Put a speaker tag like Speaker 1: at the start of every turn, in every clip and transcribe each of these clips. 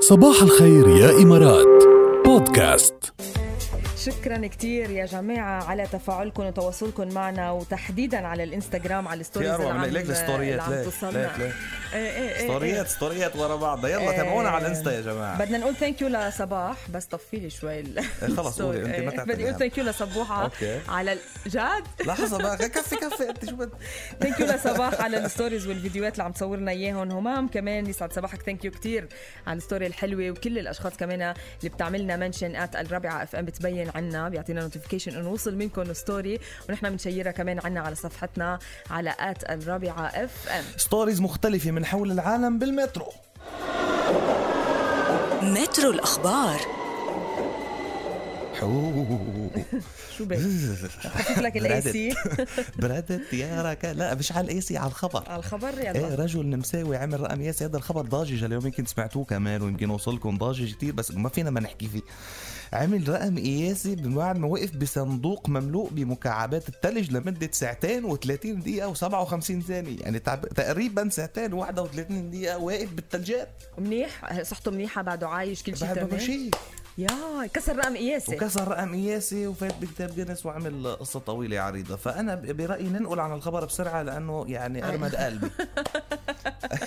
Speaker 1: صباح الخير يا إمارات بودكاست
Speaker 2: شكرا كثير يا جماعة على تفاعلكم وتواصلكم معنا وتحديدا على الانستغرام على الستوريز
Speaker 3: في اروع من ليك
Speaker 2: اللي
Speaker 3: الستوريات
Speaker 2: عم
Speaker 3: ليك
Speaker 2: توصلنا.
Speaker 3: ليك ليك
Speaker 2: إيه إيه إيه
Speaker 3: ستوريات ستوريات ورا بعضها يلا
Speaker 2: إيه.
Speaker 3: تابعونا على الانستا يا جماعه
Speaker 2: بدنا نقول ثانك يو لصباح بس طفي لي شوي ال-
Speaker 3: خلص قولي، أنت ما
Speaker 2: إيه،
Speaker 3: تعتني
Speaker 2: بدي اقول
Speaker 3: يعني.
Speaker 2: ثانك يو لصبوحه
Speaker 3: أوكي.
Speaker 2: على ال- جد
Speaker 3: لحظه بقى كفي كفي انت شو بد
Speaker 2: ثانك يو لصباح على الستوريز والفيديوهات اللي عم تصورنا اياهم همام كمان يسعد صباحك ثانك يو كثير على الستوري الحلوه وكل الاشخاص كمان اللي بتعملنا منشن ات الرابعه اف ام بتبين عنا بيعطينا نوتيفيكيشن انه وصل منكم ستوري ونحن بنشيرها كمان عنا على صفحتنا على ات الرابعه اف ام
Speaker 3: ستوريز مختلفه من حول العالم بالمترو
Speaker 4: مترو الأخبار
Speaker 3: حووووووووو.
Speaker 2: شو بك؟ حطيت لك الاي سي
Speaker 3: بردت يا رك لا مش على الاي سي على الخبر
Speaker 2: على الخبر
Speaker 3: ايه
Speaker 2: يلا
Speaker 3: رجل نمساوي عمل رقم ياسي هذا الخبر ضاجج اليوم يمكن سمعتوه كمان ويمكن وصلكم ضاجج كثير بس ما فينا ما نحكي فيه عمل رقم قياسي بعد ما وقف بصندوق مملوء بمكعبات الثلج لمدة ساعتين و30 دقيقة و57 ثانية يعني تعب... تقريبا ساعتين و31 دقيقة واقف بالثلجات
Speaker 2: منيح صحته منيحه بعده عايش كل شيء
Speaker 3: بعد ما
Speaker 2: تمام
Speaker 3: كل شيء
Speaker 2: يا كسر رقم قياسي
Speaker 3: وكسر رقم قياسي وفات بكتاب جينيس وعمل قصة طويلة عريضة فأنا ب- برأيي ننقل عن الخبر بسرعة لأنه يعني أرمد قلبي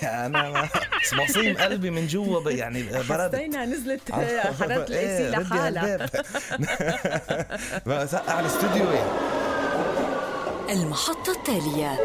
Speaker 3: يعني أنا أنا- بصيم قلبي من جوا ب- يعني بردت
Speaker 2: حسينا نزلت حراره الاي
Speaker 3: إيه،
Speaker 2: سي لحالها
Speaker 3: بقى سقع الاستوديو يعني
Speaker 4: المحطة التالية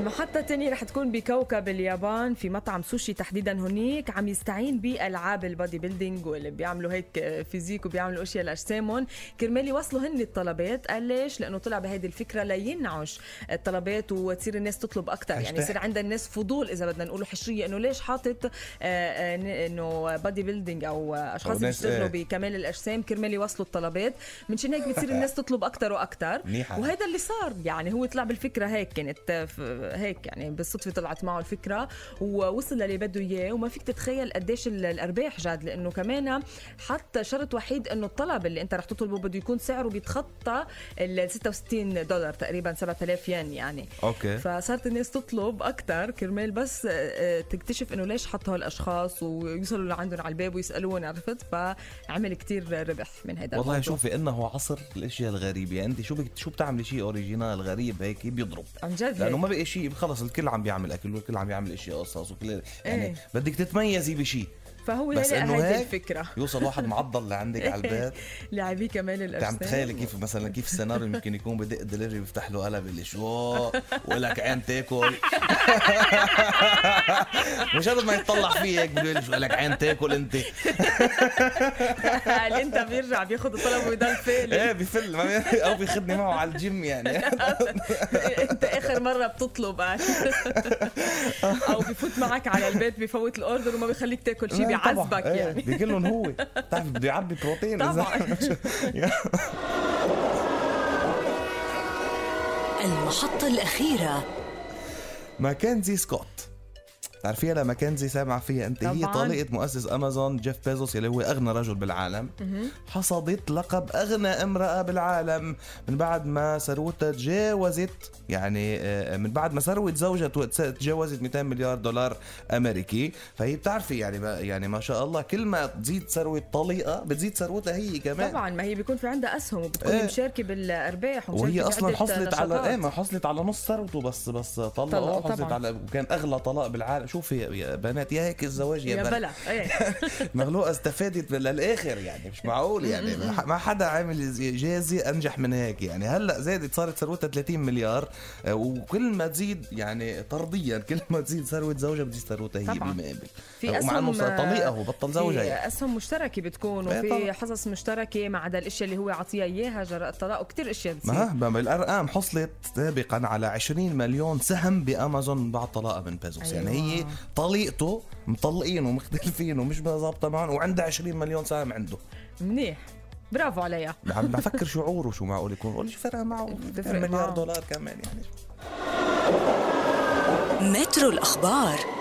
Speaker 2: محطة تانية رح تكون بكوكب اليابان في مطعم سوشي تحديدا هناك عم يستعين بألعاب البادي بيلدينج واللي بيعملوا هيك فيزيك وبيعملوا اشياء لأجسامهم كرمال يوصلوا هن الطلبات قال ليش؟ لأنه طلع بهيدي الفكرة لينعش الطلبات وتصير الناس تطلب أكثر يعني
Speaker 3: هاشتاج.
Speaker 2: يصير عندها الناس فضول إذا بدنا نقوله حشرية إنه ليش حاطط آه، آه، ن- إنه بادي بيلدينج أو آه، أشخاص
Speaker 3: أو
Speaker 2: اللي
Speaker 3: ناس-
Speaker 2: بيشتغلوا
Speaker 3: إيه.
Speaker 2: بكمال الأجسام كرمال يوصلوا الطلبات من شان هيك بتصير الناس تطلب أكثر وأكثر
Speaker 3: منيحة.
Speaker 2: وهي هذا اللي صار يعني هو طلع بالفكره هيك كانت ف- هيك يعني بالصدفه طلعت معه الفكره ووصل للي بده اياه وما فيك تتخيل قديش ال- الارباح جاد لانه كمان حط شرط وحيد انه الطلب اللي انت رح تطلبه بده يكون سعره بيتخطى ال 66 دولار تقريبا 7000 ين يعني
Speaker 3: أوكي
Speaker 2: فصارت الناس تطلب اكثر كرمال بس آه، آه، تكتشف انه ليش حطوا هالاشخاص ويوصلوا لعندهم على الباب ويسالون عرفت فعمل كتير ربح من هذا
Speaker 3: والله شوفي انه عصر الاشياء الغريبه انت شو بك شو بتعملي شيء اوريجينال غريب هيك بيضرب
Speaker 2: عن جد
Speaker 3: لانه
Speaker 2: هيك.
Speaker 3: ما بقي شيء خلص الكل عم بيعمل اكل والكل عم بيعمل اشياء قصص وكل يعني
Speaker 2: إيه.
Speaker 3: بدك تتميزي بشيء
Speaker 2: فهو
Speaker 3: بس
Speaker 2: لقى
Speaker 3: انه
Speaker 2: هيدي
Speaker 3: هيك
Speaker 2: الفكره
Speaker 3: يوصل واحد معضل لعندك على البيت
Speaker 2: لاعبيه كمان
Speaker 3: انت
Speaker 2: الاجسام
Speaker 3: عم تخيلي كيف مثلا كيف السيناريو ممكن يكون بدق دليفري بيفتح له قلب اللي شو ولك عين تاكل مجرد ما يتطلع فيه هيك بيقول لي شو لك عين تاكل انت
Speaker 2: قال انت بيرجع بياخذ الطلب ويضل فالي
Speaker 3: ايه بفل ما بي- او بيخدني معه على الجيم يعني
Speaker 2: انت اخر مره بتطلب قال. او بفوت معك على البيت بفوت الاوردر وما بخليك تاكل شيء
Speaker 3: لا، طبعاً.
Speaker 2: بيعذبك
Speaker 3: إيه،
Speaker 2: يعني
Speaker 3: بيقول لهم هو بتعرف بده يعبي بروتين إذا-
Speaker 2: طبعاً.
Speaker 4: المحطة الأخيرة
Speaker 3: ماكنزي سكوت بتعرفيها لماكنزي سامعة فيها انت هي
Speaker 2: طبعاً.
Speaker 3: طليقة مؤسس امازون جيف بيزوس اللي هو اغنى رجل بالعالم حصدت لقب اغنى امرأة بالعالم من بعد ما ثروتها تجاوزت يعني آه، من بعد ما ثروة زوجها تو- تجاوزت 200 مليار دولار امريكي فهي بتعرفي يعني بقى يعني ما شاء الله كل ما تزيد ثروة طليقة بتزيد ثروتها هي كمان
Speaker 2: طبعا ما هي بيكون في عندها اسهم وبتكون
Speaker 3: إيه.
Speaker 2: مشاركه بالارباح ومشاركة
Speaker 3: وهي
Speaker 2: بعدة
Speaker 3: اصلا حصلت على
Speaker 2: نشاطات.
Speaker 3: ايه ما حصلت على نص ثروته بس بس
Speaker 2: طلقوا
Speaker 3: طلقوا حصلت
Speaker 2: طبعاً.
Speaker 3: على وكان اغلى طلاق بالعالم شوفي يا- يا بنات يا هيك الزواج يا,
Speaker 2: يا
Speaker 3: بنات
Speaker 2: بلا ايه
Speaker 3: مخلوقه استفادت من للاخر يعني مش معقول يعني ما حدا عامل زي- جازي انجح من هيك يعني هلا زادت صارت ثروتها 30 مليار آه، وكل ما تزيد يعني طرديا كل ما تزيد ثروه زوجها بتزيد ثروتها هي
Speaker 2: طبعاً.
Speaker 3: بالمقابل
Speaker 2: في
Speaker 3: ومع انه
Speaker 2: اسهم
Speaker 3: طليقه هو بطل زوجها
Speaker 2: في
Speaker 3: يعني.
Speaker 2: اسهم مشتركه بتكون
Speaker 3: إيه
Speaker 2: وفي
Speaker 3: طبعاً.
Speaker 2: حصص مشتركه ما عدا الاشياء اللي هو عطيها اياها جراء الطلاق وكثير اشياء بتصير
Speaker 3: ما ما بالارقام حصلت سابقا على 20 مليون سهم بامازون من بعد طلاقها من بيزوس أيوة. يعني هي
Speaker 2: أيوة.
Speaker 3: طليقته مطلقين ومختلفين ومش ظابطه معهم وعندها 20 مليون سهم عنده
Speaker 2: منيح برافو عليها
Speaker 3: عم بفكر شعوره شو معقول يكون قول شو فرق معه
Speaker 2: بتفرق
Speaker 3: مليار
Speaker 2: معه.
Speaker 3: دولار كمان يعني
Speaker 4: مترو الأخبار